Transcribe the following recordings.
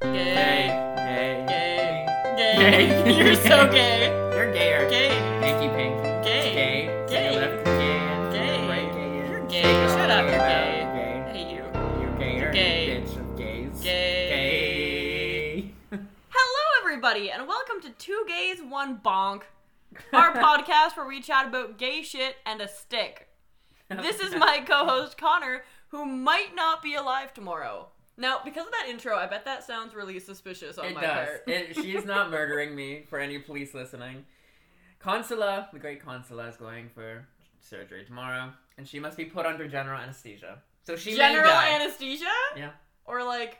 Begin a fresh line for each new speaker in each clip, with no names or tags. gay. You're so gay.
You're gayer.
Gay.
Pinky pink.
Gay.
Gay. To
Gay.
your left, gay.
Gay.
Right, gay.
You're gay.
Take it
Shut
all
up,
the
you're
way
gay.
around,
I
Gay.
hate you.
You're gayer.
Gay.
Bitch of gays.
Gay.
Gay.
Hello, everybody, and welcome to Two Gays, One Bonk, our podcast where we chat about gay shit and a stick. This is my co host, Connor, who might not be alive tomorrow. Now, because of that intro, I bet that sounds really suspicious on
It
Oh my
does.
part.
It, she's not murdering me for any police listening. Consula, the great Consula, is going for surgery tomorrow, and she must be put under general anesthesia. So she
General
may die.
anesthesia?
Yeah.
Or, like,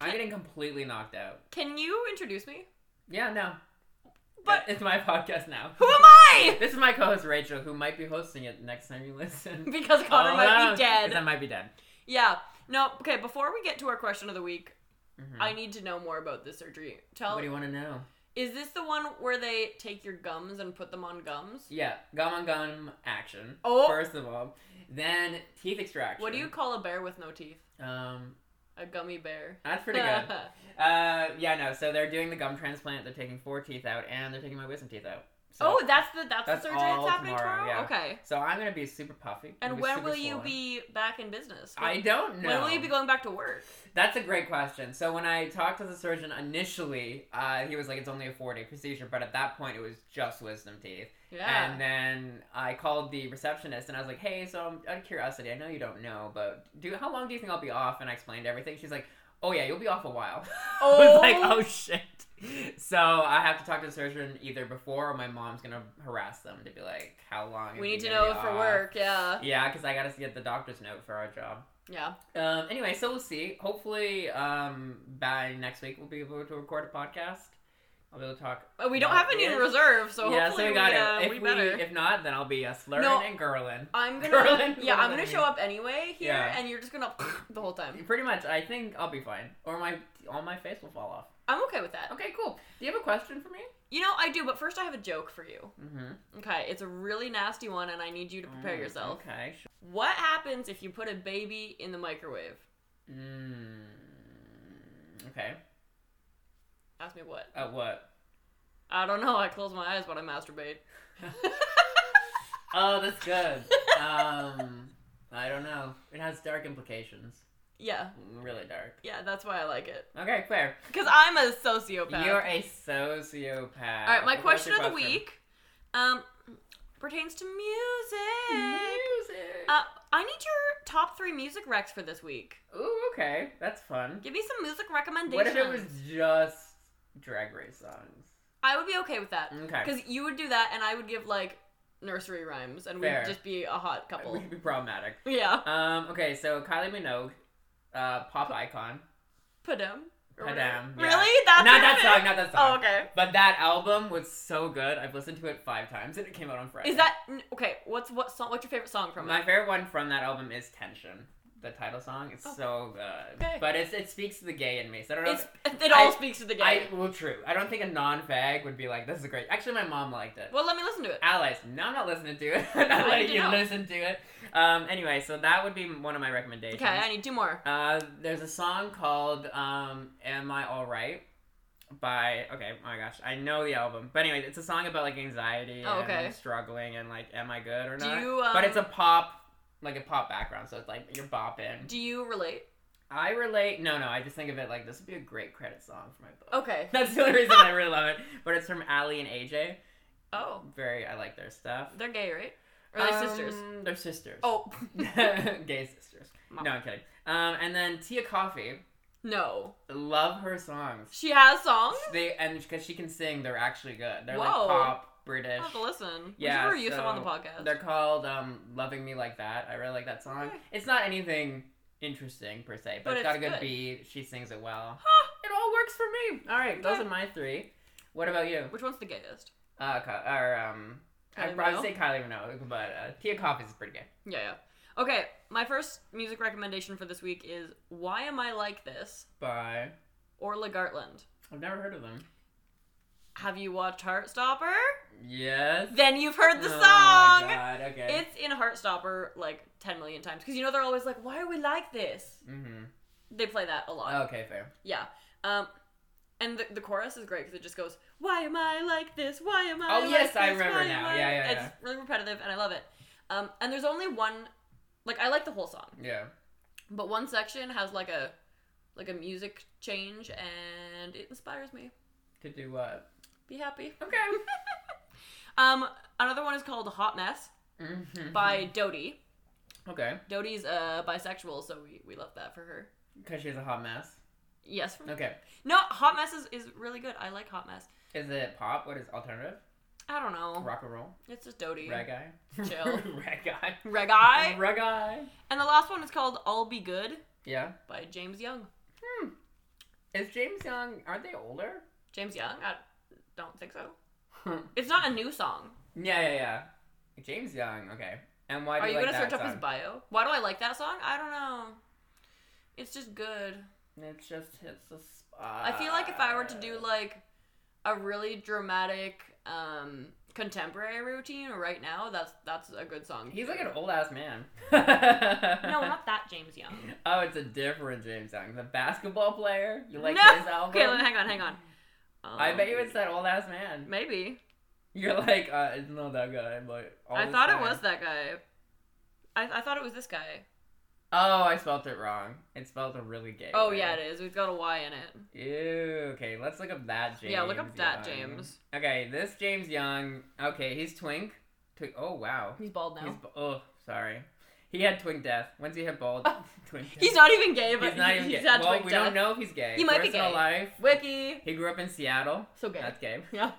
I'm getting completely knocked out.
can you introduce me?
Yeah, no.
But-
it's my podcast now.
Who am I?
This is my co-host Rachel, who might be hosting it next time you listen.
Because Connor
Oh,
might
no,
be dead.
'cause I might be dead.
Yeah. No, okay, before we get to our question of the week,
Mhm.
I need to know more about this surgery. Tell
What do you want to know?
Is this the one where they take your gums and put them on gums?
Yeah, gum on gum action.
Oh.
First of all, then teeth extraction.
What do you call a bear with no teeth?
Um,
A gummy bear.
that's pretty good. Uh, yeah, no. So they're doing the gum transplant. They're taking four teeth out, and they're taking my wisdom teeth out. So,
oh, that's the that's,
That's
the surgery that's
all
happening
tomorrow,
tomorrow.
yeah.
Okay.
So I'm gonna be super puffy.
And
I'm gonna be
when
super
will you
swollen.
be back in business?
I don't know.
When will you be going back to work?
That's a great question. So when I talked to the surgeon initially, uh, he was like, "It's only a four-day procedure," but at that point, it was just wisdom teeth.
Yeah.
And then I called the receptionist and I was like, "Hey, so I'm, out of curiosity, I know you don't know, but do how long do you think I'll be off?" And I explained everything. She's like, "Oh yeah, you'll be off a while." I was like, "Oh shit." So I have to talk to the surgeon either before or my mom's gonna harass them to be like, "How long?" is
we
he
need to
gonna
know
be
for
off?"
work. Yeah.
Yeah, because I gotta get the doctor's note for our job.
Yeah.
Um, anyway, so we'll see. Hopefully, um, by next week we'll be able to record a podcast. I'll be able to talk.
But we don't
Yeah,
have any in
yeah.
reserve, so hopefully we, uh,
If
we better.
if not, then I'll be uh, slurring
No.
and girling.
I'm gonna
Curling,
Yeah,
what
I'm
does that
gonna
mean?
show up anyway here
Yeah.
and you're just gonna the whole time.
Pretty much, I think I'll be fine, or my all my face will fall off.
I'm okay with that.
Okay, cool. Do you have a question for me?
You know, I do, but first I have a joke for you.
Mm-hmm.
Okay, it's a really nasty one, and I need you to prepare yourself.
Mm, Okay. Sure.
What happens if you put a baby in the microwave?
Mm, okay.
Ask me what.
At what?
I don't know. I close my eyes when I masturbate.
Oh, that's good. um, I don't know. It has dark implications.
yeah,
Really dark.
yeah, that's why I like it.
Okay, fair.
Because I'm a sociopath.
You're a sociopath.
All right, my
What's
question
your
of the week um, pertains to
Mm-hmm.
music.
Music.
Uh, I need your top three music recs for this week.
Ooh, okay, that's fun.
Give me some music recommendations.
What if it was just Drag Race songs?
I would be okay with that.
Okay,
Because you would do that, and I would give like nursery rhymes, and
Fair.
we'd just be a hot couple.
we'd be problematic.
yeah,
Um, okay, so Kylie Minogue, uh, pop icon.
Padam. or whatever.
Padam, yeah.
Really? That's
not
your
that
pick?
song, not that song.
Oh, okay.
But that album was so good. I've listened to it five times, and it came out on Friday.
Is that n- okay? What's what song? What's your favorite song from
my
it?
favorite one from that album? Is Tension. The title song It's
Oh.
so good,
Okay.
but it's, it speaks to the gay in me. So I don't know. if-
It's, it all
I-
speaks to the game.
I well, true. I don't think a non-fag would be like, "This is great." Actually, my mom liked it.
well, let me listen to it.
Allies. No, I'm not listening to it. I'm not
I
letting you
do.
listen to it. Um. Anyway, so that would be one of my recommendations.
Okay, I need two more.
Uh, there's a song called um, "Am I All Right" by okay. Oh my gosh, I know the album, but anyway, it's a song about like anxiety
Oh, okay.
and struggling and like, am I good or
Do
not?
you, um,
but it's a pop, like a pop background, so it's like you're bopping.
Do you relate?
I relate. No, no, I just think of it like this would be a great credit song for my book.
Okay.
That's the only reason I really love it. But it's from Ali and AJ.
Oh,
Very, I like their stuff.
they're gay, right? Or are they sisters?
Um, They're sisters.
Oh,
gay sisters.
Mom.
No, I'm kidding. Um, and then Tia Coffey.
no.
Love her songs.
She has songs.
They and because she can sing, they're actually good. They're
Whoa. Oh,
like pop
I
British.
have to listen. we
Yeah,
should review some
so
on the podcast.
They're called um, "Loving Me Like That." I really like that song.
Okay.
It's not anything interesting per se, but,
But
it's
it's
got a good,
good.
beat. She sings it well.
Huh.
It all works for me. All right, those
Okay.
are my three. What about you?
Which one's the gayest?
Uh, Ky- or um,
Kylie
I'd probably
Minogue?
say Kylie Minogue, but uh, Tia Coffey's pretty gay.
Yeah, yeah. Okay, my first music recommendation for this week is "Why Am I Like This"
Bye.
Orla Gartland.
I've never heard of them.
Have you watched Heartstopper?
Yes.
Then you've heard the
Oh
song.
my God, Okay.
It's in Heartstopper like 10 million times because you know they're always like, why are we like this?
hmm Oh.
They play that a lot.
Okay, fair.
Yeah. Um, And the, the chorus is great because it just goes, "Why am I like this? Why am I?"
Oh,
like
yes, I
this?
remember
Why am
now.
I-"
Yeah, yeah,
It's
yeah.
really repetitive, and I love it. Um, and there's only one, like I like the whole song,
Yeah.
but one section has like a, like a music change, and it inspires me.
To do what?
Be happy.
Okay.
Um, another one is called "Hot Mess"
Mhm.
by Dodie.
Okay.
Dodie's uh bisexual, so we we love that for her.
Because she's a hot mess.
Yes.
Okay.
No, Hot Mess is, is really good. I like Hot Mess.
Is it pop? What is alternative?
I don't know.
Rock and roll?
It's just Dodie.
Reggae?
Oh. Chill.
Reggae?
Reggae.
Reggae?
And the last one is called I'll Be Good
Yeah.
by James Young.
Is James Young, aren't they older?
James Young? I don't think so.
yeah,
It's not a new song.
yeah, yeah. James Young, okay. And why do
Are you
like
gonna
that
search up his
song?
bio? Why do I like that song? I don't know. It's just good.
It just hits the spot.
I feel like if I were to do like a really dramatic um contemporary routine right now, that's that's a good song. to
He's
do.
like an old ass man.
No, not that James Young.
Oh, it's a different James Young. The basketball player? You like
no.
his album?
Okay, hang on, hang on.
I bet you
Um,
it's that old ass man.
maybe.
You're like, uh, it's not that guy, but. all
I
this
thought
time-
it was that guy. I, I thought it was this guy.
Oh, I spelled it wrong. It spelled a really gay.
Oh yeah, it is. We've got a Y in it.
is. Ew. Okay, let's look up that James.
Yeah, look up that
Young.
James.
Okay, this James Young. Okay, he's twink. Twink. Oh wow.
He's bald now.
He's oh sorry. He had twink death. Once he hit bald, twink. Death.
Oh. He's not even gay,
He's
but he's,
not even
he's
gay.
had
well,
twink
we
death.
don't know if he's gay.
He might be
Personal
gay.
life.
Wiki.
He grew up in Seattle.
So gay.
That's gay.
Yeah.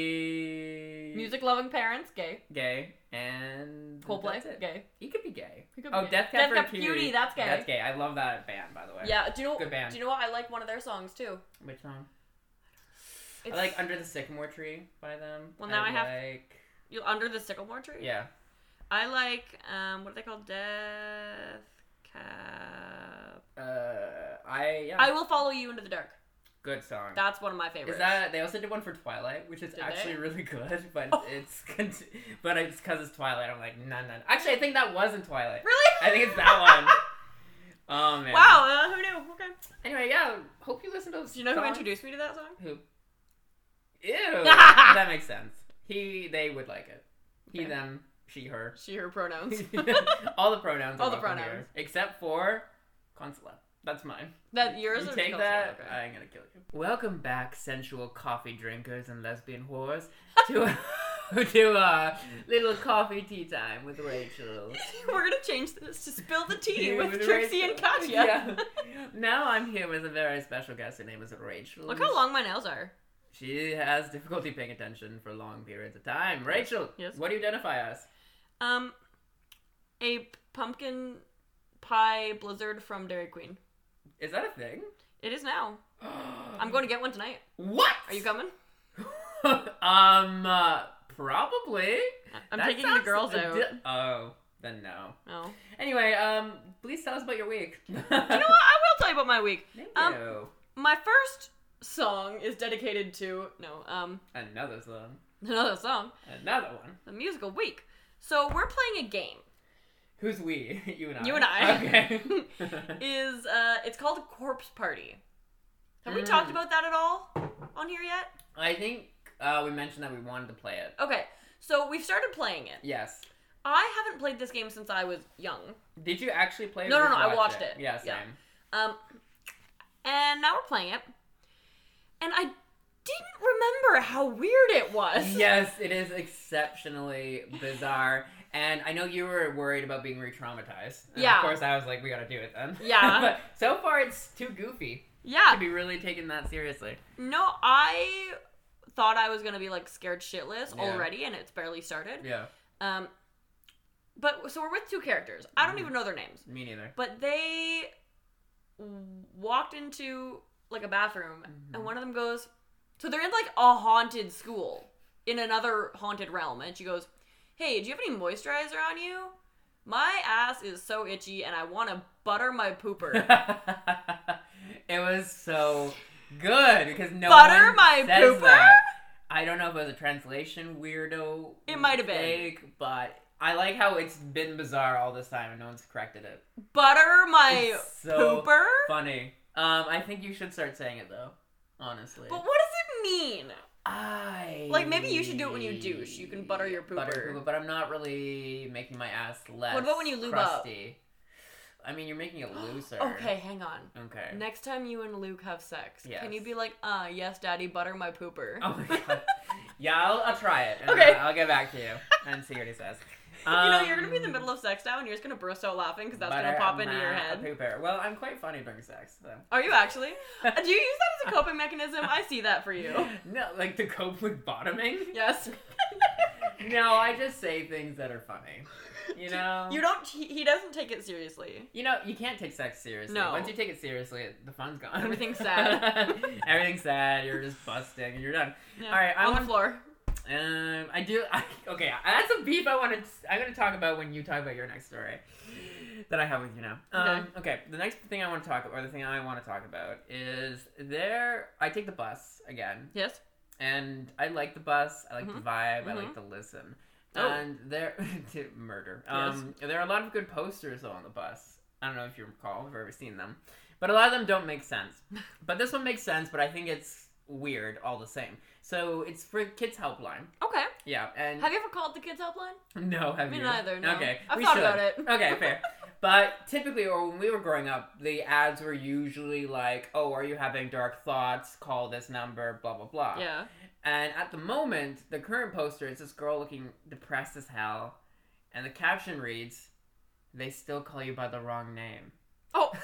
He
Music loving parents, gay.
gay and
Coldplay,
that's it.
gay.
He could be gay.
He could be
oh,
gay.
Death
Death
Cab
Cab
for
Cutie, that's gay.
That's gay. I love that band, by the way.
Yeah. Do you know?
Good band.
Do you know what? I like one of their songs too.
Which song?
It's
I like Under the Sycamore Tree by them.
Well, now I have-
like
you, under the sycamore tree.
yeah.
I like um what are they called? Death cab.
Uh, I yeah.
I will follow you into the dark.
Good song.
That's one of my favorites.
Is that they also did one for Twilight, which is
Did
actually
they?
really good, but
Oh.
it's con- but it's because it's Twilight. I'm like nah, nah. Actually, I think that was in Twilight.
really?
I think it's that one. Oh man.
wow. Uh, who knew? Okay.
Anyway, yeah. Hope you listen to.
Do you know who
songs.
introduced me to that song?
Who? Ew. that makes sense. He, they would like it. He,
Okay.
them, she, her.
She her pronouns.
All the pronouns. Are
All the
welcome
pronouns.
here, except for Consola. That's mine.
that Uh, yours
you
or
take
Nicole's?
that.
Okay.
I'm gonna kill you. Welcome back, sensual coffee drinkers and lesbian whores, to to uh, little coffee tea time with Rachel.
We're gonna change this to spill the tea
Here
with,
with
Trixie and
Rachel.
Katya.
Yeah. Now I'm here with a very special guest. Her name is Rachel.
Look how long my nails are.
She has difficulty paying attention for long periods of time. Rachel,
Yes.
what do you identify as?
Um, a p- pumpkin pie blizzard from Dairy Queen.
Is that a thing?
It is now. I'm going to get one tonight.
What?
Are you coming?
um, uh, probably.
I'm
That
taking the
sounds
girls
a
out.
di- oh, then no.
Oh,
Anyway, um, please tell us about your week. you know
you know what? I will tell you about my week.
Thank
Um,
you.
My first song is dedicated to no, um,
Another song.
another song,
Another one.
the musical week. So we're playing a game.
Who's we? you and I.
You and I.
Okay.
Is uh, it's called Corpse Party. Have we
Mm.
talked about that at all on here yet?
I think uh, we mentioned that we wanted to play it.
Okay, so we've started playing it.
Yes.
I haven't played this game since I was young.
Did you actually play? it
No,
or
no,
just
no, I
watch
watched it.
Yeah, same.
Yeah. Um, and now we're playing it. And I didn't remember how weird it was.
Yes, it is exceptionally bizarre. And I know you were worried about being re traumatized.
Yeah.
Of course, I was like, we gotta do it then.
Yeah.
but so far, it's too goofy to
Yeah.
be really taken that seriously.
No, I thought I was gonna be like scared shitless
Yeah.
already, and it's barely started.
Yeah.
Um, but so we're with two characters. I don't
Mhm.
even know their names,
Me neither.
but they walked into like a bathroom, and
Mhm.
one of them goes. So they're in like a haunted school in another haunted realm, and she goes, "Hey, do you have any moisturizer on you? My ass is so itchy, and I want to butter my pooper."
it was so good because no
Butter
one
my
says
pooper?
that. I don't know if it was a translation weirdo.
It might have been.
mistake, but I like how it's been bizarre all this time and no one's corrected it.
butter my
It's so
pooper.
funny. Um, I think you should start saying it though. honestly.
But what does it mean?
I
Like, maybe you should do it when you douche. You can butter your
Butter
pooper.
pooper, but I'm not really making my ass less.
What about when you lube up?
crusty. I mean, you're making it looser.
Okay, hang on.
Okay.
Next time you and Luke have sex, can you
Yes.
be like, uh, yes, daddy, butter my pooper?
Oh my god. yeah, I'll, I'll try it. and,
Okay.
uh, I'll get back to you and see what he says.
you know, you're gonna be in the
Um,
middle of sex now and you're just gonna burst out laughing because that's
butter
gonna pop into
my
your head.
Pooper. Well, I'm quite funny during sex, though.
Are you actually? Uh, Do you use that as a coping mechanism? I see that for you.
No, like to cope with bottoming.
Yes.
No, I just say things that are funny. You know.
You don't. He, he doesn't take it seriously.
You know, you can't take sex seriously.
No.
Once you take it seriously, the fun's gone.
Everything's sad.
Everything's sad. You're just busting, and you're done.
Yeah.
All right, I
on the
want-
floor.
Um, I do. I, okay, that's a beef I want to. I'm gonna talk about when you talk about your next story that I have with you now. Um, okay. The next thing I want to talk about, or the thing I want to talk about, is there. I take the bus again,
Yes.
and I like the bus. I like the vibe. I
Mhm.
like to listen.
Oh.
And there to murder. Um, there are a lot of good posters though on the bus. I don't know if you recall if you've ever seen them, but a lot of them don't make sense. But this one makes sense. But I think it's weird all the same. So it's for Kids Helpline.
Okay.
Yeah, and
Have you ever called the kids helpline?
no, have
Me
you?
neither. No.
Okay,
I've
we
thought
should.
about it.
Okay, fair. But typically, or when we were growing up, the ads were usually like, "Oh, are you having dark thoughts? Call this number." Blah blah blah.
Yeah.
And at the moment, the current poster is this girl looking depressed as hell, and the caption reads, "They still call you by the wrong name."
Oh.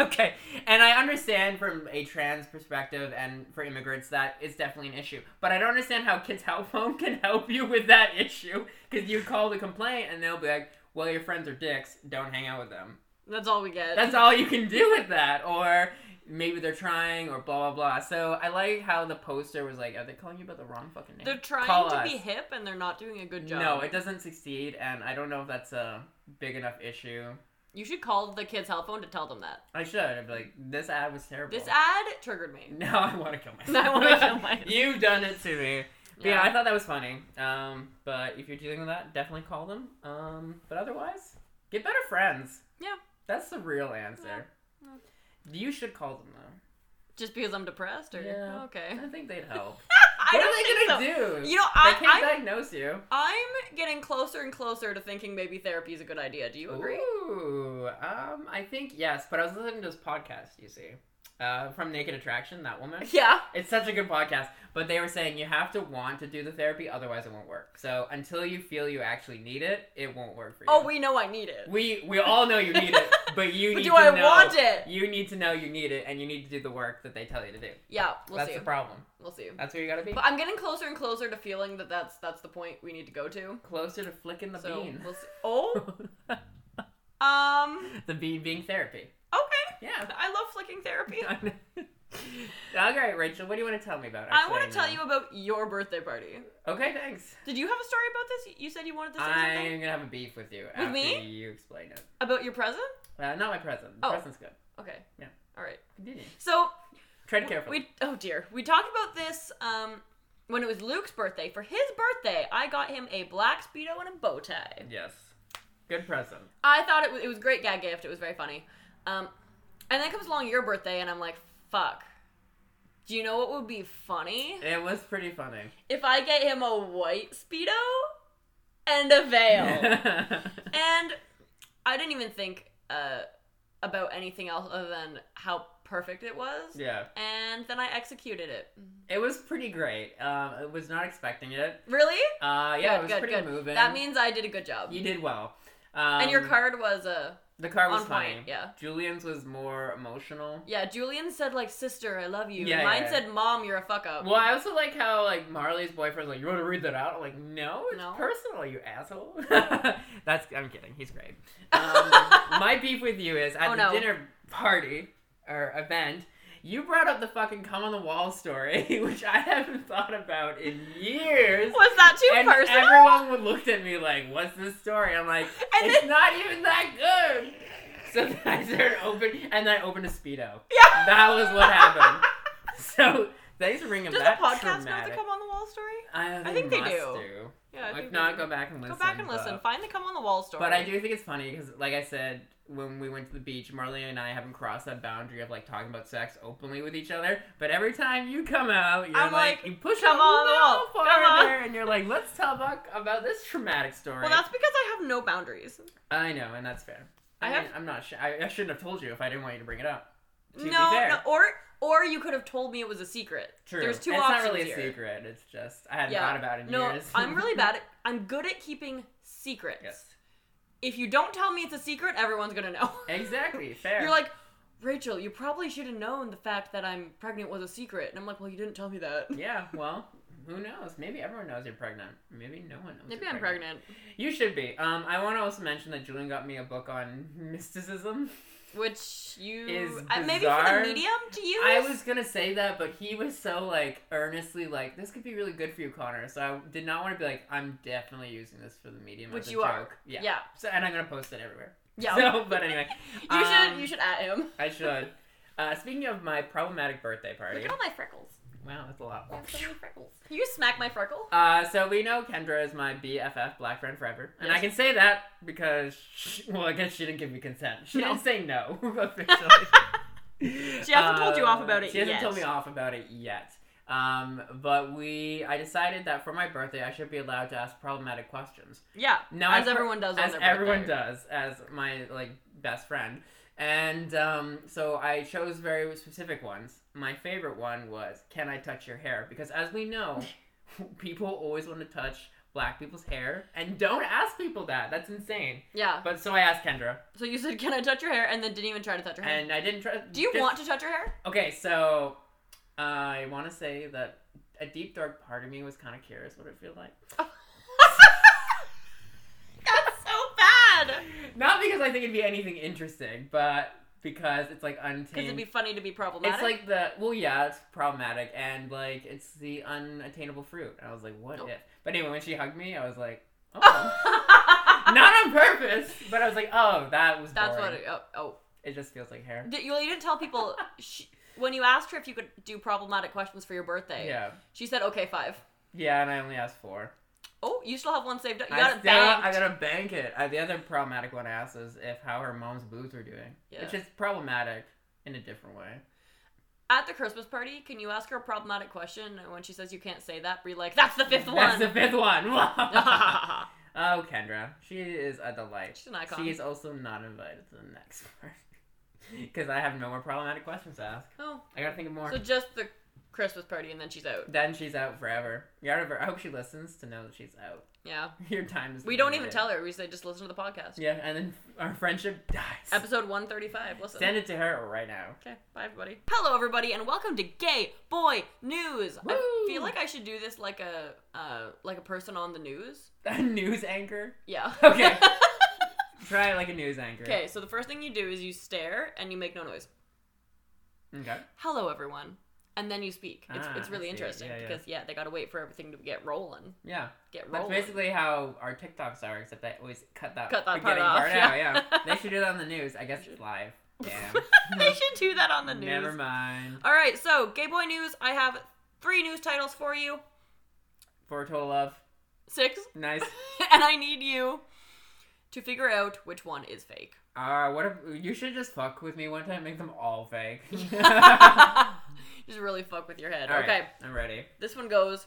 okay, and I understand from a trans perspective and for immigrants that is definitely an issue. But I don't understand how Kids Help Phone can help you with that issue because you call the complaint and they'll be like, "Well, your friends are dicks. Don't hang out with them."
That's all we get.
That's all you can do with that, or maybe they're trying, or blah blah blah. So I like how the poster was like, "Are they calling you by the wrong fucking name?"
They're trying
Call
to
us.
be hip and they're not doing a good job.
No, it doesn't succeed, and I don't know if that's a big enough issue.
you should call the kids help phone to tell them that.
I should. I'd be like, "This ad was terrible."
This ad triggered me.
Now I want to kill myself.
I wanna kill myself.
You've done it to me. But yeah. I thought that was funny. Um, but if you're dealing with that, definitely call them. Um, but otherwise, get better friends.
Yeah.
That's the real answer.
Yeah.
You should call them though.
Just because I'm depressed, or oh,
Yeah.
okay.
I think they'd help.
I
what
don't
are they
think
gonna
so.
do?
You know,
they
I,
can't
I'm
diagnose you.
I'm getting closer and closer to thinking maybe therapy is a good idea. Do you agree?
Ooh, um, I think yes, but I was listening to this podcast. You see, uh, from Naked Attraction, that woman.
Yeah.
It's such a good podcast, but they were saying you have to want to do the therapy, otherwise it won't work. So until you feel you actually need it, it won't work for you.
Oh, we know I need it.
we we all know you need it, but you
but
need
do
to
I
know,
want it?
You need to know you need it, and you need to do the work that they tell you to do.
Yeah, we'll
that's
see.
the problem.
We'll see.
That's where you gotta be.
But I'm getting closer and closer to feeling that that's that's the point we need to go to.
Closer to flicking the
So
bean.
we'll see. Oh, um,
the bean being therapy.
okay.
Yeah.
I love flicking therapy.
All right, Rachel, what do you want to tell me about?
I
Actually,
want to tell
know.
you about your birthday party.
Okay, thanks.
Did you have a story about this? You said you wanted to say something
I'm gonna have a beef with you after
me?
you explain it.
about your present.
Uh, not my present. The
Oh.
present's good.
Okay.
Yeah.
All right.
Continue.
So
Tread carefully.
We oh dear. We talked about this um when it was Luke's birthday. For his birthday, I got him a black speedo and a bow tie.
yes. Good present.
I thought it was, it was a great gag gift. It was very funny. Um, and then comes along your birthday, and I'm like, fuck. Do you know what would be funny
It was pretty funny.
if I get him a white speedo and a veil? and I didn't even think uh, about anything else other than how perfect it was.
yeah.
And then I executed it.
It was pretty great. Um, I was not expecting it.
Really?
Uh, yeah,
Good,
it was
good,
pretty
good.
moving.
That means I did a good job.
you did well. Um,
and your card was a
The car was
on
funny.
point, yeah.
Julian's was more emotional.
yeah. Julian said like sister, I love you.
Yeah,
Mine
yeah.
said mom, you're a fuck up.
Well, I also like how like Marley's boyfriend's like, "You want to read that out?" I'm like, "No, it's
No.
personal, you asshole." That's I'm kidding. He's great. Um, my beef with you is at
Oh,
the
no.
dinner party or event. You brought up the fucking come on the wall story, which I haven't thought about in years.
Was that too
and
personal?
everyone would looked at me like, "What's this story?" I'm like,
And
"It's not even that good." So then I started open, and then I opened a speedo.
yeah.
That was what happened. So thanks for bringing
Does
that
the podcast know the
traumatic.
come on the wall story?
I,
I think they
must
do. Yeah. I
If
think
not,
they do.
go back and listen.
go back and listen.
But,
Find the come on the wall story.
but I do think it's funny because, like I said, when we went to the beach, Marley and I haven't crossed that boundary of like talking about sex openly with each other. But every time you come out, you're
I'm
like,
like,
you push
"Come
it a
on
little
out, come
farther, and you're like, let's talk about this traumatic story.
Well, that's because I have no boundaries.
I know, and that's fair. I,
I
mean,
have-
I'm not. Sh- I, I shouldn't have told you if I didn't want you to bring it up. To be
no,
fair.
no, or or you could have told me it was a secret.
True.
There's two
it's
options
not really
here.
a secret. It's just I hadn't
Yeah.
thought about it in
no,
years.
I'm really bad at. I'm good at keeping secrets.
yes.
If you don't tell me it's a secret, everyone's gonna know.
Exactly. Fair.
You're like, Rachel, you probably should have known the fact that I'm pregnant was a secret, and I'm like, well, you didn't tell me that.
Yeah. Well, who knows? Maybe everyone knows you're pregnant. Maybe no one knows.
Maybe
you're
I'm pregnant.
You should be. Um, I want to also mention that Julian got me a book on mysticism.
Which you
Is
uh, maybe for
bizarre.
the medium to use.
I was gonna say that, but he was so like earnestly like this could be really good for you, Connor. So I did not want to be like I'm definitely using this for the medium.
Which
as a
you are.
joke.
Yeah.
Yeah.
Yeah.
So and I'm gonna post it everywhere. So, but anyway,
you
um,
should you should at him.
I should. Uh, speaking of my problematic birthday
Look
party,
at all my freckles.
wow, that's a lot.
I have so many freckles. Can you smack my freckle?
Uh, so we know Kendra is my BFF, black friend forever, and I
Yes.
can say that because, she, well, I guess she didn't give me consent. She
No.
didn't say no officially. Uh,
She hasn't told you off about it
She hasn't
yet.
told me off about it yet. Um, but we, I decided that for my birthday, I should be allowed to ask problematic questions.
Yeah.
Now,
as
I've heard-
everyone does on
as
their
everyone
birthday.
does as my like best friend and um, so i chose very specific ones my favorite one was can i touch your hair because as we know people always want to touch black people's hair and don't ask people that that's insane
Yeah.
but so i asked kendra
So you said, "Can I touch your hair?" and then didn't even try to touch her hair.
and i didn't try
Mm-hmm. Do you
just-
want to touch her hair?
okay so i want to say that a deep dark part of me was kind of curious what it feel like
That's so bad.
not because i think it'd be anything interesting but because it's like untamed
Because it'd be funny to be problematic.
It's like the well, yeah, it's problematic, and like it's the unattainable fruit. And I was like, what
Oh.
if? But anyway, when she hugged me, I was like, oh, not on purpose, but I was like, oh, that was
That's what.
boring.
It, oh, oh.
It just feels like hair.
Did, you, you didn't tell people she, when you asked her if you could do problematic questions for your birthday.
Yeah,
She said, "Okay, five.
yeah, and I only asked four.
Oh, you still have one saved up. You
I
got it
still-
banked.
I gotta bank it. Uh, the other problematic one I asked is if how her mom's boobs were doing,
Yeah.
which is problematic in a different way.
At the Christmas party, can you ask her a problematic question? And when she says you can't say that, be like, "That's the fifth
That's
one."
the fifth one. oh, Kendra, she is a delight.
She's an icon.
She is also not invited to the next part. Because I have no more problematic questions to ask.
oh,
I gotta think of more.
so just the Christmas party, and then she's out.
then she's out forever. You gotta, I hope she listens to know that she's out.
Yeah,
Your time is.
we don't even tell her. We say just listen to the podcast.
Yeah, and then our friendship dies.
Episode one thirty-five. Listen.
Send it to her right now.
Okay, bye everybody. Hello everybody, and welcome to Gay Boy News. I
Woo!
feel like I should do this like a uh, like a person on the news.
A news anchor.
Yeah.
Okay. Try it like a news anchor.
okay. So the first thing you do is you stare and you make no noise.
Okay.
Hello everyone, and then you speak. It's
Ah,
it's really
I see.
interesting
Yeah, yeah.
because yeah, they gotta wait for everything to get rolling.
Yeah.
Get
That's
rolling.
basically how our TikToks are, except they always cut that
Cut that
beginning
part off,
out.
yeah.
Yeah. they should do that on the news. I guess it's live. Damn.
they should do that on the news.
Never mind.
All right. So Gay Boy News. I have three news titles for you.
For a total of
Six,
nice.
and I need you to figure out which one is fake.
Uh, what if you should just fuck with me one time, make them all fake.
Just really fuck with your head.
All right,
okay,
I'm ready.
this one goes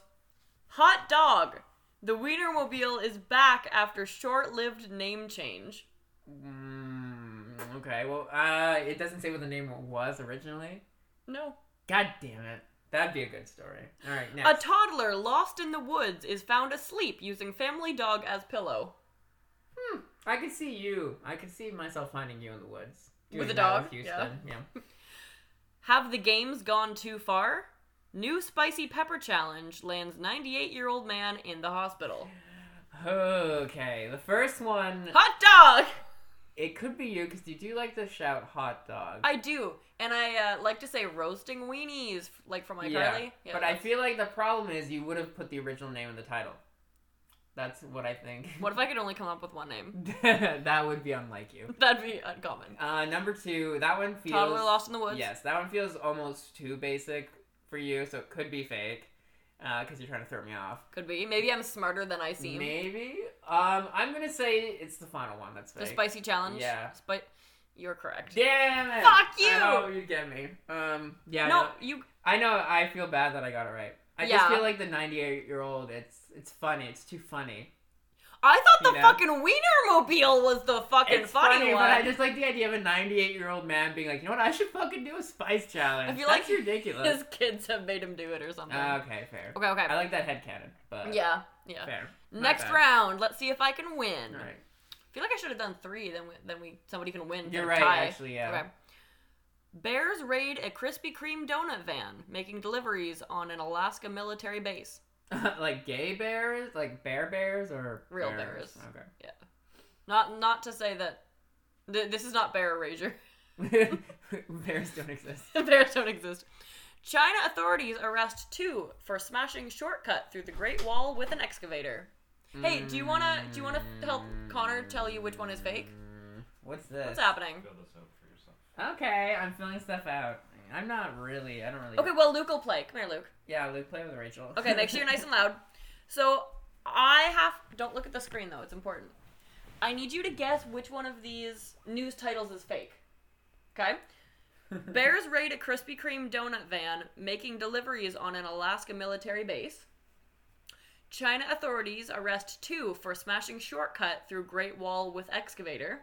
Hot dog! The Wienermobile is back after short lived name change.
Mm, okay, well, uh, it doesn't say what the name was originally.
No.
God damn it. That'd be a good story. All right,
A
next.
toddler lost in the woods is found asleep using family dog as pillow.
Hmm, I could see you. I could see myself finding you in the woods.
With
Doing
a
that
dog?
with
Yeah.
Houston. Yeah.
Have the games gone too far? New spicy pepper challenge lands 98 year old man in the hospital.
Okay, the first one.
Hot dog!
It could be you because you do like to shout "hot dog."
I do. And I uh, like to say roasting weenies, like from iCarly.
yeah,
Yeah,
but I feel like the problem is you would have put the original name in the title. That's what I think.
What if I could only come up with one name?
that would be unlike you.
That'd be uncommon.
Uh, number two, that one feels.
Toddler lost in the woods.
Yes, that one feels almost too basic for you, so it could be fake, because you're trying to throw me off.
Could be. Maybe I'm smarter than I seem.
Maybe. Um, I'm gonna say it's the final one. That's
The
fake.
spicy challenge.
Yeah.
Spi- You're correct.
Damn it!
Fuck you!
Oh, you get me. Um, yeah.
no,
No.
you.
I know. I feel bad that I got it right. I just
Yeah.
feel like the 98 year old. It's it's funny. It's too funny.
I thought the
You know?
fucking Wiener Mobile was the fucking
It's
funny, one.
but I just like the idea of a 98 year old man being like, you know what? I should fucking do a spice challenge.
I feel
That's
like
ridiculous.
His kids have made him do it or something.
Ah, okay, fair.
okay, okay.
I like that headcanon, but
yeah, yeah.
fair. Not
Next
bad.
round. Let's see if I can win.
All right.
I feel like I should have done three. Then we, then we somebody can win.
You're
for
right,
Tie.
actually, yeah.
Okay. Bears raid a Krispy Kreme donut van, making deliveries on an Alaska military base.
like gay bears, like bear bears, or
Real bears.
Okay.
Not not to say that th- this is not bear erasure.
bears don't exist.
Bears don't exist. China authorities arrest two for smashing shortcut through the Great Wall with an excavator. Hey, do you wanna do you wanna help Connor tell you which one is fake?
Mm. What's this?
What's happening?
Fill this out for yourself.
Okay, I'm filling stuff out. I'm not really. I don't really.
Okay, well Luke will play. Come here, Luke.
Yeah, Luke, play with Rachel.
Okay, make sure you're nice and loud. So I have don't look at the screen though, it's important. I need you to guess which one of these news titles is fake. Okay? Bears raid a Krispy Kreme donut van making deliveries on an Alaska military base. China authorities arrest two for smashing shortcut through Great Wall with excavator.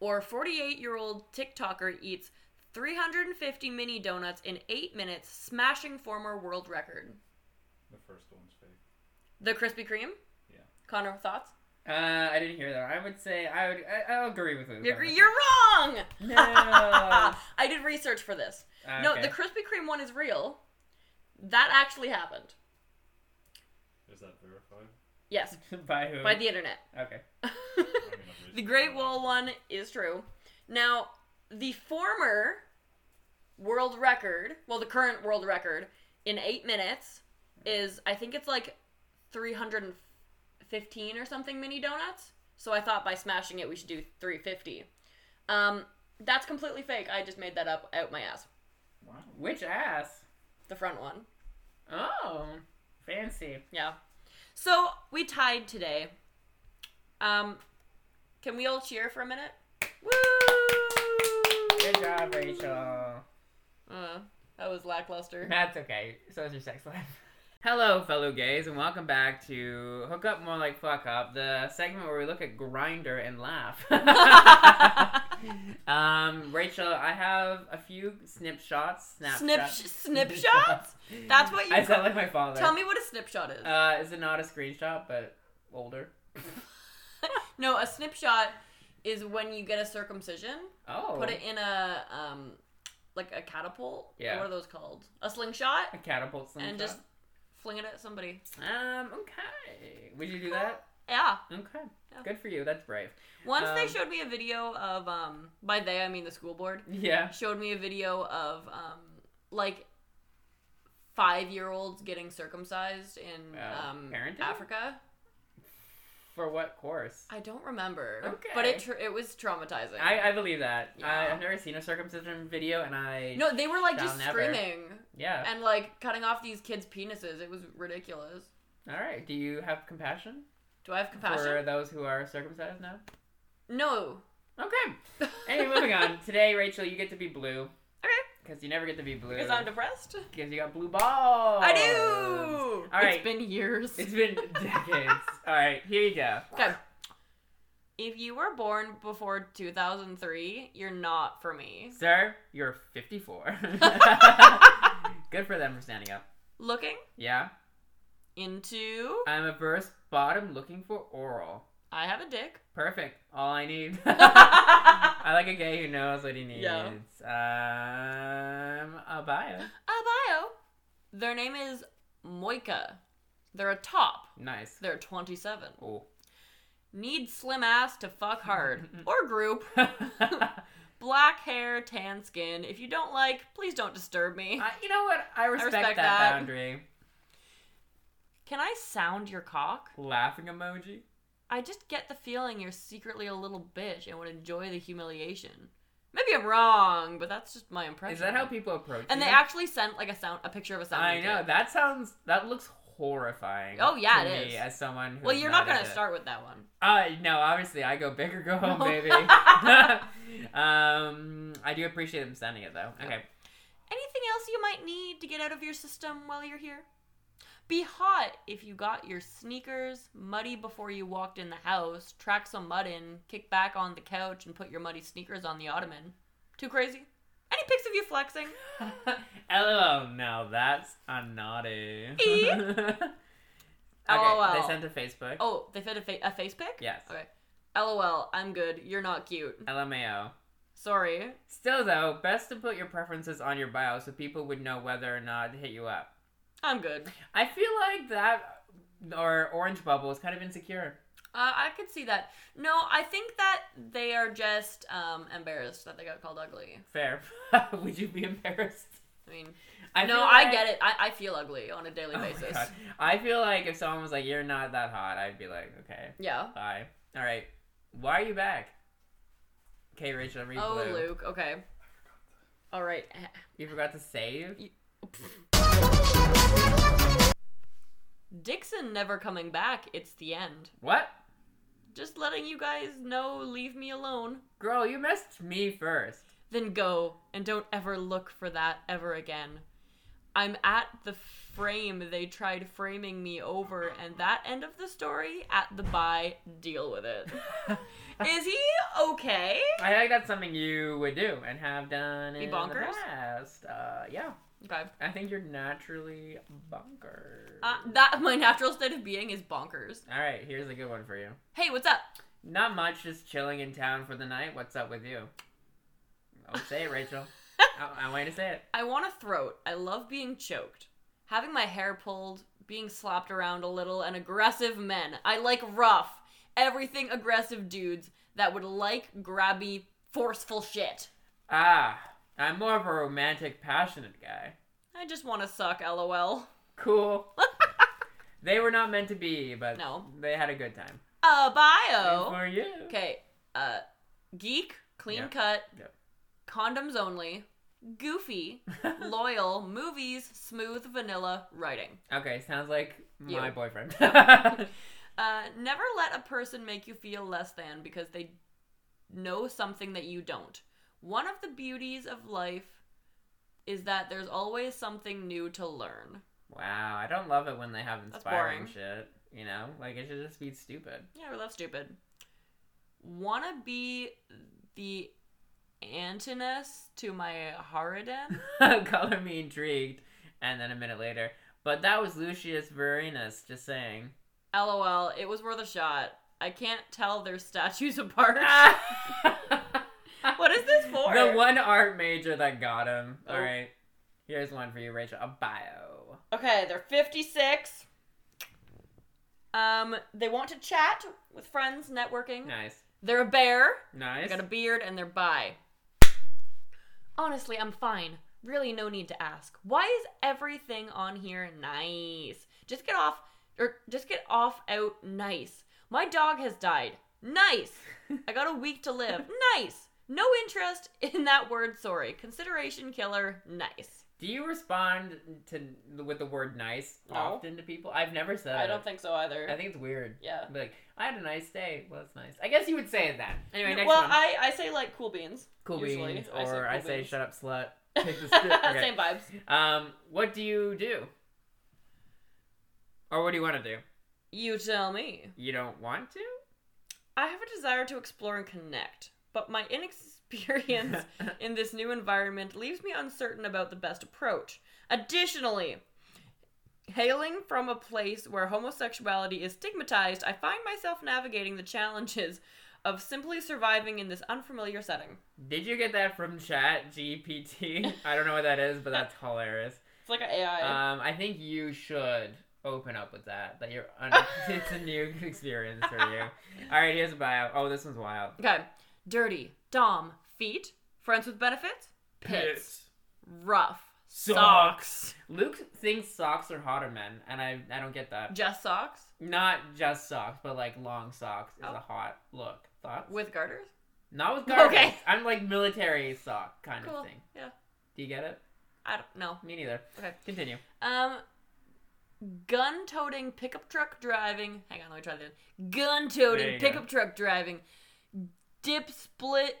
Or 48 year old TikToker eats 350 mini donuts in eight minutes, smashing former world record.
The first one's fake.
The Krispy Kreme?
Yeah.
Connor, thoughts?
Uh, I didn't hear that. I would say I would. I, I'll agree with Luke.
You're,
on that.
you're wrong!
No.
I did research for this.
Uh,
No,
okay.
the Krispy Kreme one is real. That actually happened.
Is that verified?
Yes,
by who?
by the internet.
okay.
I mean, I've
the
researched
Great
it.
Wall one is true. Now, the former world record, well, the current world record in eight minutes is, I think it's like 315 or something mini donuts. So I thought by smashing it, we should do 350. Um, that's completely fake. I just made that up out my ass.
Which ass?
The front one.
Oh, fancy.
Yeah. So we tied today. Um, can we all cheer for a minute? Woo!
Good job, Rachel.
Uh, that was lackluster.
That's okay. So is your sex life. Hello, fellow gays, and welcome back to Hook Up More Like Fuck Up, the segment where we look at Grinder and laugh. um, Rachel, I have a few snapshots.
Snip
Snapshots.
snipshots? That's what you
I sound like my father.
Tell me what a snipshot is.
Uh, is it not a screenshot, but older?
no, a snipshot is when you get a circumcision,
Oh,
put it in a um, like a catapult.
Yeah.
What are those called? A slingshot,
a catapult slingshot.
and just fling it at somebody.
um, okay. Would you do that?
Yeah.
Okay,
Yeah.
good for you. That's brave.
Once they
Um,
showed me a video of um, by they I mean the school board.
Yeah.
showed me a video of um like five year olds getting circumcised in
Wow.
um
Parenting?
Africa.
For what course?
I don't remember,
Okay.
but it tr it was traumatizing.
I, I believe that. I,
Yeah.
I've never seen a circumcision video, and I
no, they were like
Shall
just
never.
screaming
yeah.
and like cutting off these kids' penises. It was ridiculous.
All right. Do you have compassion,
Do I have
for
compassion?
those who are circumcised now?
No.
Okay. Anyway, moving on. Today, Rachel, you get to be blue
Okay,
because you never get to be blue
because I'm depressed.
because you got blue balls.
I do.
Oh. All right.
It's been years.
It's been decades. All right. Here you go.
Okay. If you were born before 2003, you're not for me.
Sir, you're 54. Good for them for standing up.
Looking
Yeah.
into
I'm a verse bottom looking for oral.
I have a dick.
Perfect. All I need. I like a gay who knows what he needs.
Yeah.
Um, a bio.
a bio. Their name is Moika. They're a top.
Nice.
They're 27.
Oh.
Need slim ass to fuck hard. or group. Black hair, tan skin. If you don't like, please don't disturb me.
I- you know what? I respect,
respect
that,
that.
boundary.
Can I sound your cock?
Laughing emoji.
I just get the feeling you're secretly a little bitch and would enjoy the humiliation. Maybe I'm wrong, but that's just my impression.
Is that how people approach?
And they
you?
actually sent like a sound, a picture of a sound.
I know.
That-
That sounds. That looks horrifying.
Oh, yeah,
to
it
me
is.
As someone, who's
Well, you're not
at
gonna
it.
start with that one.
Uh, no, obviously, I go big or go home, baby. um, I do appreciate them sending it though. Okay,
Anything else you might need to get out of your system while you're here? Be hot if you got your sneakers muddy before you walked in the house, track some mud in, kick back on the couch, and put your muddy sneakers on the ottoman. Too crazy? Any pics of you flexing?
lol. Now that's a naughty.
Eep.
okay,
LOL.
they sent to Facebook.
Oh, they fit a, fa- a face pic?
Yes.
Okay. LOL, I'm good. You're not cute.
LMAO.
Sorry.
Still though, best to put your preferences on your bio so people would know whether or not to hit you up.
I'm good.
I feel like that or Orange Bubble is kind of insecure.
Uh, I could see that. No, I think that they are just um, embarrassed that they got called ugly.
Fair. would you be embarrassed?
I mean,
I
no,
feel
I
like-
get it. I, I feel ugly on a daily
Oh my
basis.
God. I feel like if someone was like, "You're not that hot," I'd be like, "Okay,
Yeah.
bye. All right, why are you back?" Okay, Rachel, read
Oh,
blue.
Luke. Okay. All right.
You forgot to save.
Dixon never coming back. It's the end.
What,
Just letting you guys know. Leave me alone.
girl? You missed me first.
Then go and don't ever look for that ever again. I'm at the frame they tried framing me over, and that end of the story at the by. Deal with it. Is he okay?
I think that's something you would do and have done
Be
in
bonkers?
the past. Uh, yeah,
Okay.
I think you're naturally bonkers.
Uh, that my natural state of being is bonkers.
All right, here's a good one for you.
Hey, what's up?
Not much, just chilling in town for the night. What's up with you? Oh, say it, Rachel. I, I want you to say it.
I want a throat. I love being choked. Having my hair pulled, being slapped around a little, and aggressive men. I like rough, everything aggressive dudes that would like grabby, forceful shit.
Ah, I'm more of a romantic, passionate guy.
I just want to suck, lol.
Cool. they were not meant to be, but
No.
they had a good time.
Uh,
And
bio.
for you.
Okay, uh, geek, clean
Yeah.
cut,
Yep.
condoms only, goofy, loyal, movies, smooth vanilla writing.
Okay, sounds like my
You.
boyfriend.
Uh, never let a person make you feel less than because they know something that you don't. One of the beauties of life is that there's always something new to learn.
wow, I don't love it when they have inspiring
boring.
shit. You know, like it should just be stupid.
Yeah, we love stupid. Wanna be the Antinous to my Harridan?
Color me intrigued, and then a minute later. But that was Lucius Varinus just saying.
LOL, it was worth a shot. I can't tell their statues apart. what is this for?
the one art major that got him.
Oh.
All right, here's one for you, Rachel. A bio.
Okay, they're 56. Um, they want to chat with friends, networking.
Nice,
They're a bear. They
nice.
got a beard and they're bi. Honestly, I'm fine. Really, no need to ask. Why is everything on here nice? Just get off, or just get off out nice. My dog has died. Nice. I got a week to live. Nice. No interest in that word. Sorry. Consideration killer. Nice.
Do you respond to with the word "nice"
No.
often to people? I've never said. it.
think so either.
I think it's weird.
yeah.
Be Like, I had a nice day. Well, it's nice. I guess you would say it then. Anyway, next
well,
one.
I, I say like cool beans.
cool
usually
beans,
I say
or
cool
I say,
beans.
"Shut up, slut." Take the stick. Okay.
Same vibes.
Um, what do you do? Or what do you want to do?
You tell me.
You don't want to?
I have a desire to explore and connect, but my inexperience in this new environment leaves me uncertain about the best approach. Additionally, hailing from a place where homosexuality is stigmatized, I find myself navigating the challenges of simply surviving in this unfamiliar setting.
Did you get that from Chat GPT? I don't know what that is, but that's hilarious.
It's like an AI.
Um, I think you should open up with that. That you're un- it's a new experience for you. All right, here's a bio. Oh, this one's wild.
okay. Dirty, Dom, feet, friends with benefits, pits. rough
Socks. Luke thinks socks are hotter men, and I I don't get that.
Just socks
Not just socks, but like long socks is
Oh.
a hot look. Thoughts?
with garters.
not with garters.
Okay.
I'm like military sock kind
Cool.
of thing.
Yeah.
Do you get it?
I don't know.
Me neither.
Okay.
Continue.
Um, gun toting pickup truck driving. Hang on, let me try that. Gun
There
toting
you go.
pickup truck driving, dip split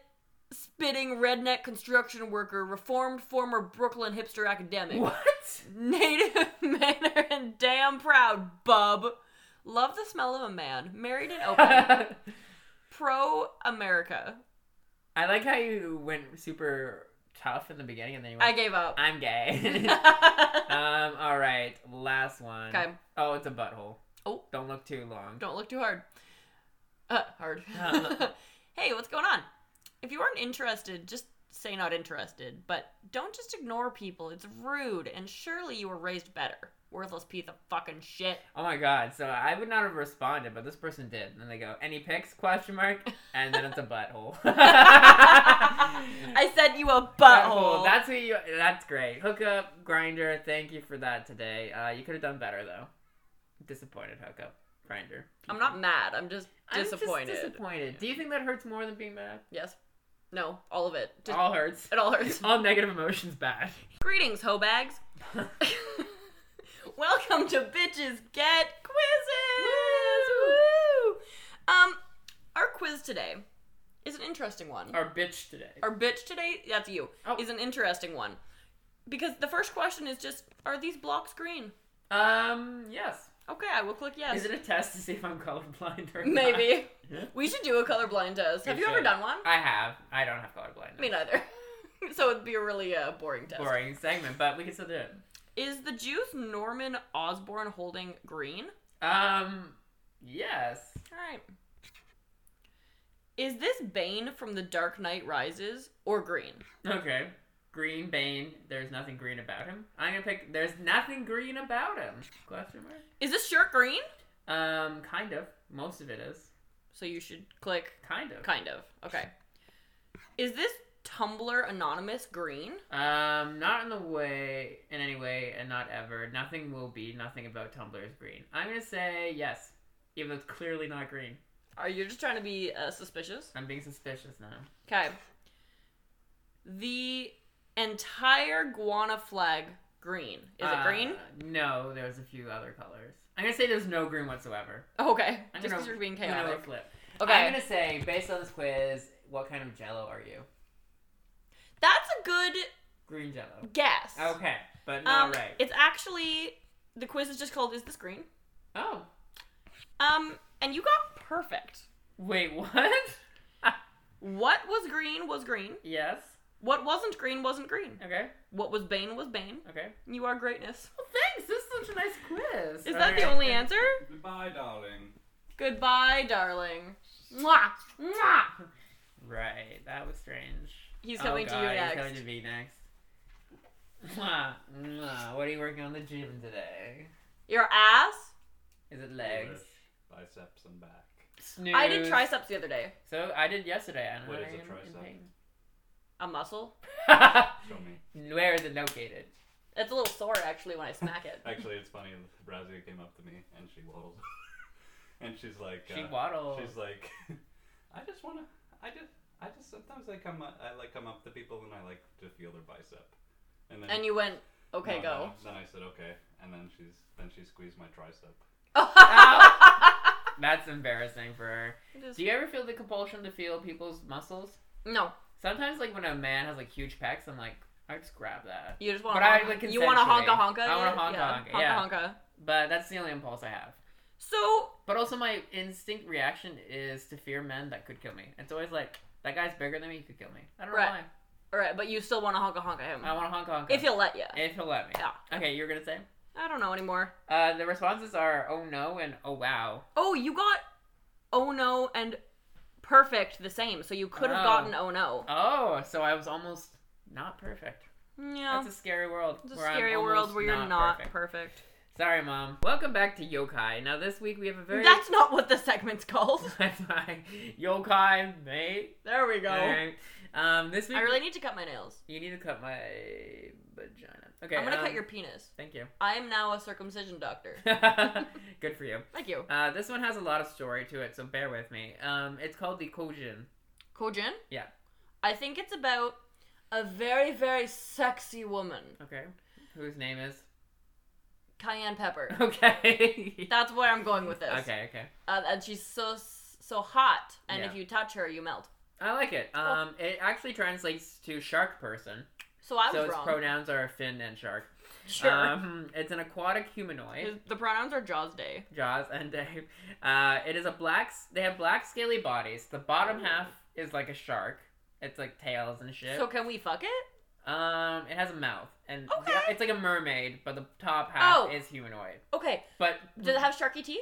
spitting redneck construction worker, reformed former Brooklyn hipster academic.
What?
Native manner and damn proud, bub. Love the smell of a man. Married and open.
I
Pro America.
like how you went super tough in the beginning and then you
I
went,
gave up.
I'm gay.
okay.
um, all right, last one. Oh, it's a butthole.
Oh.
Don't look too long.
Don't look too hard. Uh, hard.
Uh.
hey, what's going on? If you aren't interested, just say not interested. But don't just ignore people. It's rude, and surely you were raised better. Worthless piece of fucking shit.
Oh my god, so I would not have responded, but this person did. And then they go, any pics? Question mark. And then it's a butthole.
I sent you a butthole.
That's who you. That's great. Hookup grinder. Thank you for that today. Uh, you could have done better though. Disappointed hookup grinder.
I'm not mad. I'm just
I'm just
disappointed.
disappointed. Do you think that hurts more than being mad?
Yes. No. All of it. Just,
all hurts.
It all hurts.
All negative emotions bad.
Greetings, hoe bags. Welcome to Bitches Get Quizzes. Woo! Um, our quiz today is an interesting one.
Our bitch today.
Our bitch today, that's you,
Oh.
is an interesting one. Because the first question is just, are these blocks green?
Um. Yes.
Okay, I will click yes.
Is it a test to see if I'm colorblind or not?
Maybe.
Yeah.
we should do a colorblind test. Have you ever
should.
done one?
I have. I don't have colorblind.
Me neither. so it'd be a really uh, boring test.
Boring segment, but we can still do it.
Is the Jews Norman Osborn holding green?
Um. Yes.
All right. Is this Bane from The Dark Knight Rises or green?
Okay. Green Bane. There's nothing green about him. I'm gonna pick. There's nothing green about him. Question mark.
Is this shirt green?
Um, kind of. Most of it is.
So you should click
Kind of.
kind of. Okay. Is this Tumblr Anonymous green?
Um, not in the way, in any way, and not ever. Nothing will be. Nothing about Tumblr is green. I'm gonna say yes, even though it's clearly not green.
Are you just trying to be uh, suspicious?
I'm being suspicious now.
Okay. The entire guana flag green. Is it
Uh,
green?
No, there's a few other colors. I'm gonna say there's no green whatsoever.
Okay.
I'm
Just
gonna-
because you're being
I'm gonna
chaotic.
flip.
Okay.
I'm gonna say, based on this quiz, what kind of Jello are you?
That's a good
Green Jello.
guess.
Okay, but not
Um,
right.
It's actually the quiz is just called "Is this green?"
Oh,
Um, and you got perfect.
wait, what?
What was green was green.
yes.
What wasn't green wasn't green.
Okay.
What was Bane was Bane.
Okay.
You are greatness.
Well, thanks. This is such a nice quiz.
Is that the only answer?
Goodbye, darling.
Goodbye, darling. Mwah! Mwah!
Right. That was strange.
He's
Oh,
coming to you
God,
next.
He's coming to me next. Mwah, mwah. What are you working on the gym today?
Your ass?
Is it legs?
Biceps and back.
Snooze.
I did triceps the other day.
So I did yesterday. And
What
I
is a
am
tricep?
A muscle.
in
Show me.
pain. Where is it located?
It's a little sore actually when I smack it.
Actually, it's funny. Razia came up to me and she waddled, and she's like,
She
uh,
waddles.
she's like, I just wanna, I just, I just sometimes I come, up, I like come up to people and I like to feel their bicep, and then
And you went,
no,
okay,
no,
go.
Then I said okay, and then she's then she squeezed my tricep.
That's embarrassing for her.
It is-
Do you ever feel the compulsion to feel people's muscles?
no,
Sometimes, like when a man has like huge pecs, I'm like, I just grab that.
you just want
But I would
to. You want to honka honka?
consensually. I wanna honka
yeah.
honka, yeah.
Honka honka.
But that's the only impulse I have.
So
But also, my instinct reaction is to fear men that could kill me. It's always like that guy's bigger than me, he could kill me. I don't know
Right. All right, but you still want to honka honka him.
why. I want to honk honk.
If he'll let you.
if he'll let me.
Yeah.
Okay, you were gonna say.
I don't know anymore.
Uh, the responses are oh no and oh wow.
Oh, you got oh no and perfect the same, so you could have
Oh.
gotten oh no.
Oh, so I was almost not perfect.
Yeah.
That's a scary world.
It's a
where I'm
scary world
almost
where you're not
perfect.
perfect.
Sorry, mom. Welcome back to Yokai. Now this week we have a very
That's not what the segment's called.
That's my yokai mate.
There we
Alright. Um, this week
I really need to cut my nails.
you need to cut my vagina. Okay,
I'm gonna
um,
cut your penis.
Thank you.
I am now a circumcision doctor.
Good for you.
Thank you.
Uh, this one has a lot of story to it, so bear with me. Um, it's called the Kojin.
Kojin?
Yeah.
I think it's about a very, very sexy woman.
Okay. Whose name is
cayenne pepper.
Okay.
That's where I'm going with this.
okay. Okay.
Uh, and she's so so hot, and if
Yeah.
you touch her, you melt.
I like it. Um, it actually translates to shark person.
So I
so
was
its
wrong.
pronouns are fin and shark.
sure.
Um, it's an aquatic humanoid.
Is- the pronouns are Jaws Day.
Jaws and Dave. Uh, it is a black. s- They have black scaly bodies. The bottom half is like a shark. It's like tails and shit.
So can we fuck it?
um, it has a mouth and the-
Okay.
it's like a mermaid, but the top half
Oh.
is humanoid.
Okay.
But
Does it have sharky teeth?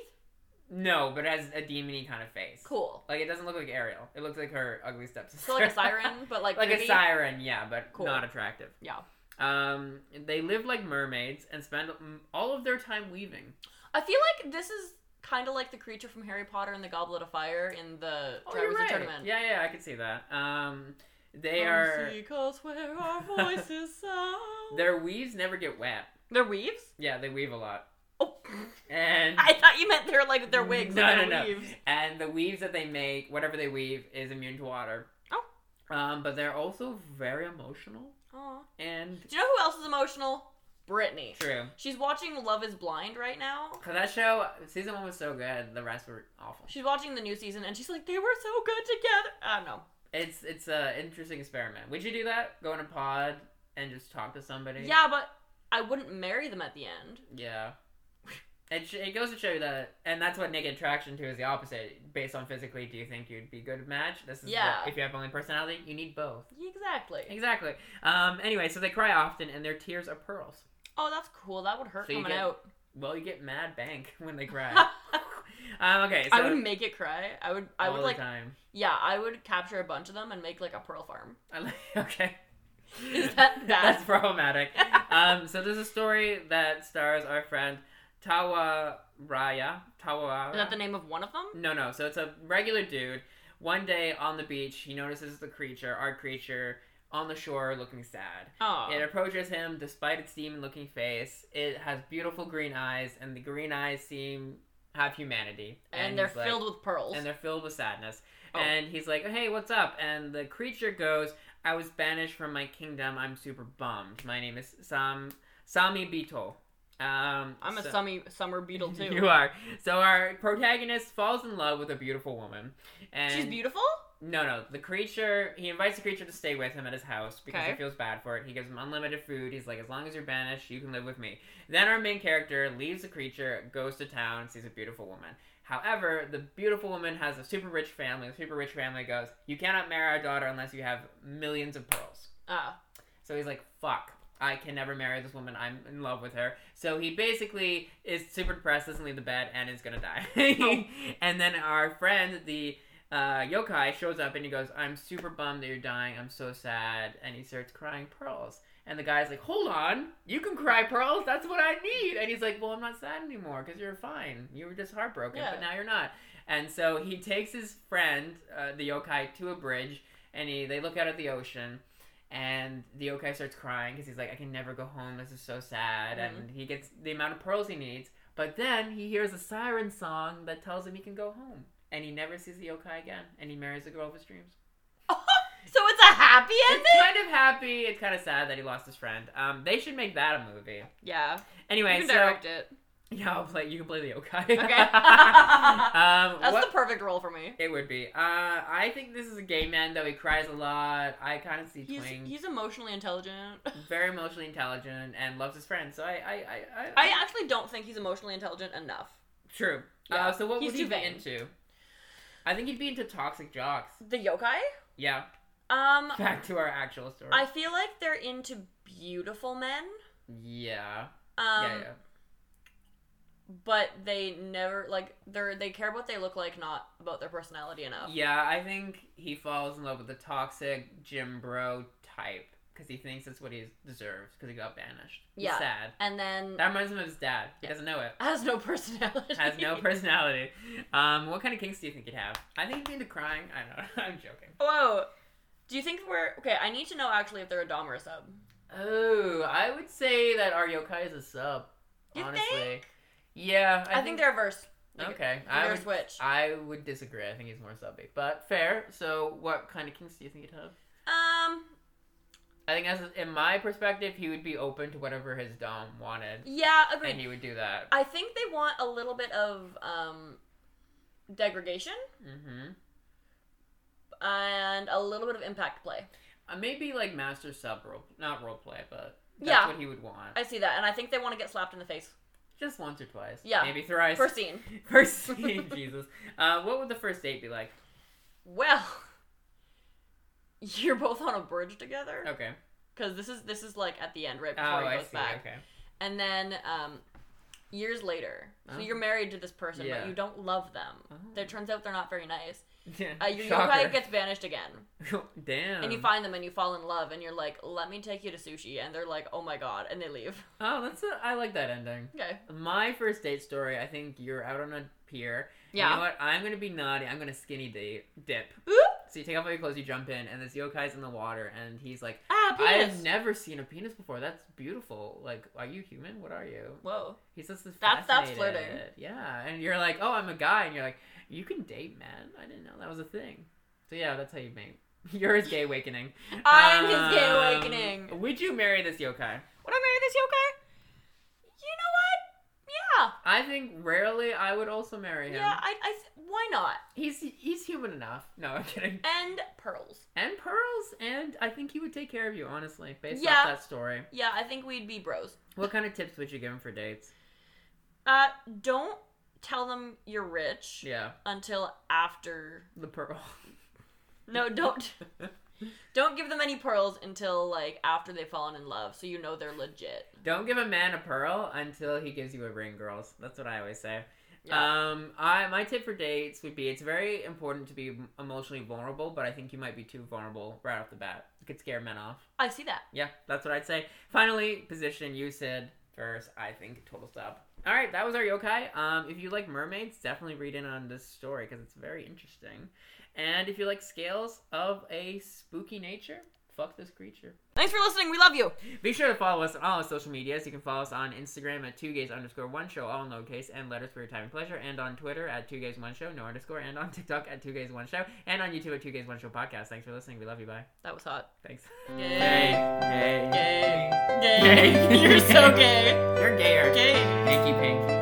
no, but it has a demony kind of face.
Cool.
Like it doesn't look like Ariel. It looks like her ugly stepsister.
So like a siren, but like
like a
pretty?
siren, yeah, but
Cool.
not attractive.
Yeah.
Um, they live like mermaids and spend mm, all of their time weaving.
I feel like this is kind of like the creature from Harry Potter and the Goblet of Fire in the Dragons and Tournament.
Oh, Yeah, yeah, I can see that. Um, they
Come
are
seek us where our voices sound.
their weaves never get wet.
They're weaves?
Yeah, they weave a lot,
Oh,
and
I thought you meant they're like their wigs.
No,
like
no,
they're
no.
weaves.
And the weaves that they make, whatever they weave, is immune to water.
Oh.
Um, but they're also very emotional
Aw.
and
Do you know who else is emotional? Brittany.
true.
She's watching Love is Blind right now.
Cause that show season one was so good, the rest were awful.
She's watching the new season and she's like, they were so good together. I don't know.
It's it's a interesting experiment. Would you do that? Go in a pod and just talk to somebody?
Yeah, but I wouldn't marry them at the end.
Yeah. It, sh- it goes to show you that, and that's what naked attraction to is the opposite. Based on physically, do you think you'd be good at match? This is
Yeah.
what- if you have only personality, you need both.
Exactly.
Exactly. Um. Anyway, so they cry often, and their tears are pearls.
Oh, that's cool. That would hurt
So you
coming
get-
out.
Well, you get mad bank when they cry. um. Okay. So
I would make it cry. I would. I
all
would
the
like.
time.
Yeah, I would capture a bunch of them and make like a pearl farm.
I like, okay.
Is that bad?
That's problematic. um, so there's a story that stars our friend Tawa Raya. Tawa.
Is that the name of one of them?
No, no. So it's a regular dude. One day on the beach, he notices the creature, our creature, on the shore looking sad.
Oh,
It approaches him despite its demon looking face. It has beautiful green eyes, and the green eyes seem have humanity.
and, they're
he's like-
filled with pearls.
and they're filled with sadness.
Oh.
And he's like, "Hey, what's up?" And the creature goes, "I was banished from my kingdom. I'm super bummed. My name is Sam Sami Beetle." Um,
I'm a
so-
summy summer beetle too.
You are. So our protagonist falls in love with a beautiful woman, and
She's beautiful.
no, no. The creature. He invites the creature to stay with him at his house because he
Okay.
feels bad for it. He gives him unlimited food. He's like, as long as you're banished, you can live with me. Then our main character leaves the creature, goes to town, and sees a beautiful woman. However, the beautiful woman has a super rich family. The super rich family goes, you cannot marry our daughter unless you have millions of pearls.
Ah,
So he's like, fuck. I can never marry this woman. I'm in love with her. So he basically is super depressed, doesn't leave the bed, and is gonna die. and then our friend, the uh, yokai, shows up and he goes, I'm super bummed that you're dying. I'm so sad. And he starts crying pearls. And the guy's like, Hold on. You can cry pearls. That's what I need. And he's like, Well, I'm not sad anymore because you're fine. You were just heartbroken,
Yeah.
but now you're not. And so he takes his friend, uh, the yokai, to a bridge and he, they look out at the ocean and the yokai starts crying because he's like, I can never go home. This is so sad.
Mm-hmm.
And he gets the amount of pearls he needs. But then he hears a siren song that tells him he can go home. And he never sees the yokai again. And he marries the girl of his dreams.
so it's a happy ending.
It's kind of happy. It's kind of sad that he lost his friend. Um, they should make that a movie.
Yeah,
Anyway,
you can
so
direct it.
yeah, I'll play. You can play the yokai.
Okay.
um,
That's
what-
the perfect role for me.
it would be. Uh, I think this is a gay man though. He cries a lot. I kind of see
He's
twinge.
he's emotionally intelligent.
very emotionally intelligent and loves his friends. So I, I, I, I,
I actually don't think he's emotionally intelligent enough.
true.
Yeah.
Uh, so what
He's
would he
too
be
vain.
into? I think he'd be into toxic jocks.
The yokai.
Yeah.
Um,
Back to our actual story.
I feel like they're into beautiful men.
Yeah.
Um,
yeah. Yeah.
but they never like they're they care about what they look like, not about their personality enough.
Yeah. I think he falls in love with the toxic gym bro type because he thinks that's what he deserves because he got banished. He's
Yeah.
Sad.
And then
That reminds him of his dad. He doesn't know it.
has no personality.
Has no personality. Um, what kind of kinks do you think he'd have? I think he'd be into crying. I don't know. I'm joking.
Whoa. Do you think we're okay? I need to know actually if they're a dom or a sub.
Oh, I would say that our yokai is a sub.
You
honestly.
think?
Yeah,
I, think, they're a verse. Like,
okay. I
They're a
would,
switch.
I would disagree. I think he's more subby, but fair. So, what kind of kinks do you think he'd have?
Um,
I think as in my perspective, he would be open to whatever his dom wanted,
Yeah,
and
agreed.
he would do that.
I think they want a little bit of um, degradation
Mm-hmm.
and a little bit of impact play.
Uh, maybe like master sub role, not role play, but that's
Yeah.
what he would want.
I see that, and I think they want to get slapped in the face.
Just once or twice.
Yeah.
Maybe thrice.
First scene.
First scene, Jesus. Uh, what would the first date be like?
Well, you're both on a bridge together
Okay.
because this is this is like at the end, right
Oh,
before he
I
goes
see.
back,
Okay.
and then um, years later, so
Oh.
you're married to this person,
Yeah.
but you don't love them.
Oh.
It turns out they're not very nice. Uh, your yokai
Shocker. Um.
gets banished again,
Damn.
and you find them and you fall in love, and you're like, "Let me take you to sushi," and they're like, "Oh my god," and they leave.
oh, that's a, I like that ending.
Okay,
My first date story. I think you're out on a pier. and You know
yeah.
what? I'm gonna be naughty. I'm gonna skinny date dip.
Oop.
So you take off all your clothes, you jump in, and this yokai's in the water, and he's like,
Ah,
"I have
penis.
never seen a penis before. That's beautiful. Like, are you human? What are you?"
Whoa.
He's just this
That's- that's
fascinated.
flirting.
Yeah, and you're like, "Oh, I'm a guy," and you're like, "You can date men. I didn't know that was a thing." So yeah, that's how you mate. You're his gay awakening.
I'm his gay
Um,
awakening.
Would you marry this yokai?
Would I marry this yokai? You know what? Yeah.
I think rarely I would also marry him.
Yeah, I, I th- why not?
He's he's human enough. No, I'm kidding.
And pearls.
And pearls, and I think he would take care of you, honestly, based
Yeah.
off that story.
Yeah, I think we'd be bros.
What kind of tips would you give him for dates?
Uh, don't tell them you're rich
Yeah,
until after.
the pearl.
No, don't. don't give them any pearls until like after they've fallen in love, so you know they're legit.
Don't give a man a pearl until he gives you a ring, girls. That's what I always say.
Yeah.
Um, I my tip for dates would be it's very important to be emotionally vulnerable, but I think you might be too vulnerable right off the bat. It could scare men off.
I see that.
Yeah, that's what I'd say. Finally, position you said first. I think total stop. All right, that was our yokai. Um, if you like mermaids, definitely read in on this story because it's very interesting. And if you like scales of a spooky nature, fuck this creature.
Thanks for listening. We love you.
Be sure to follow us on all our social medias. You can follow us on Instagram at 2gays underscore 1 show, all in lowercase, and letters for your time and pleasure, and on Twitter at 2gays 1 show, no underscore, and on TikTok at 2gays 1 show, and on YouTube at 2gays 1 show podcast. Thanks for listening. We love you. Bye.
That was hot.
Thanks.
Gay.
Yay.
Gay. You're so gay.
You're gayer.
Gay.
Thank you, Pink.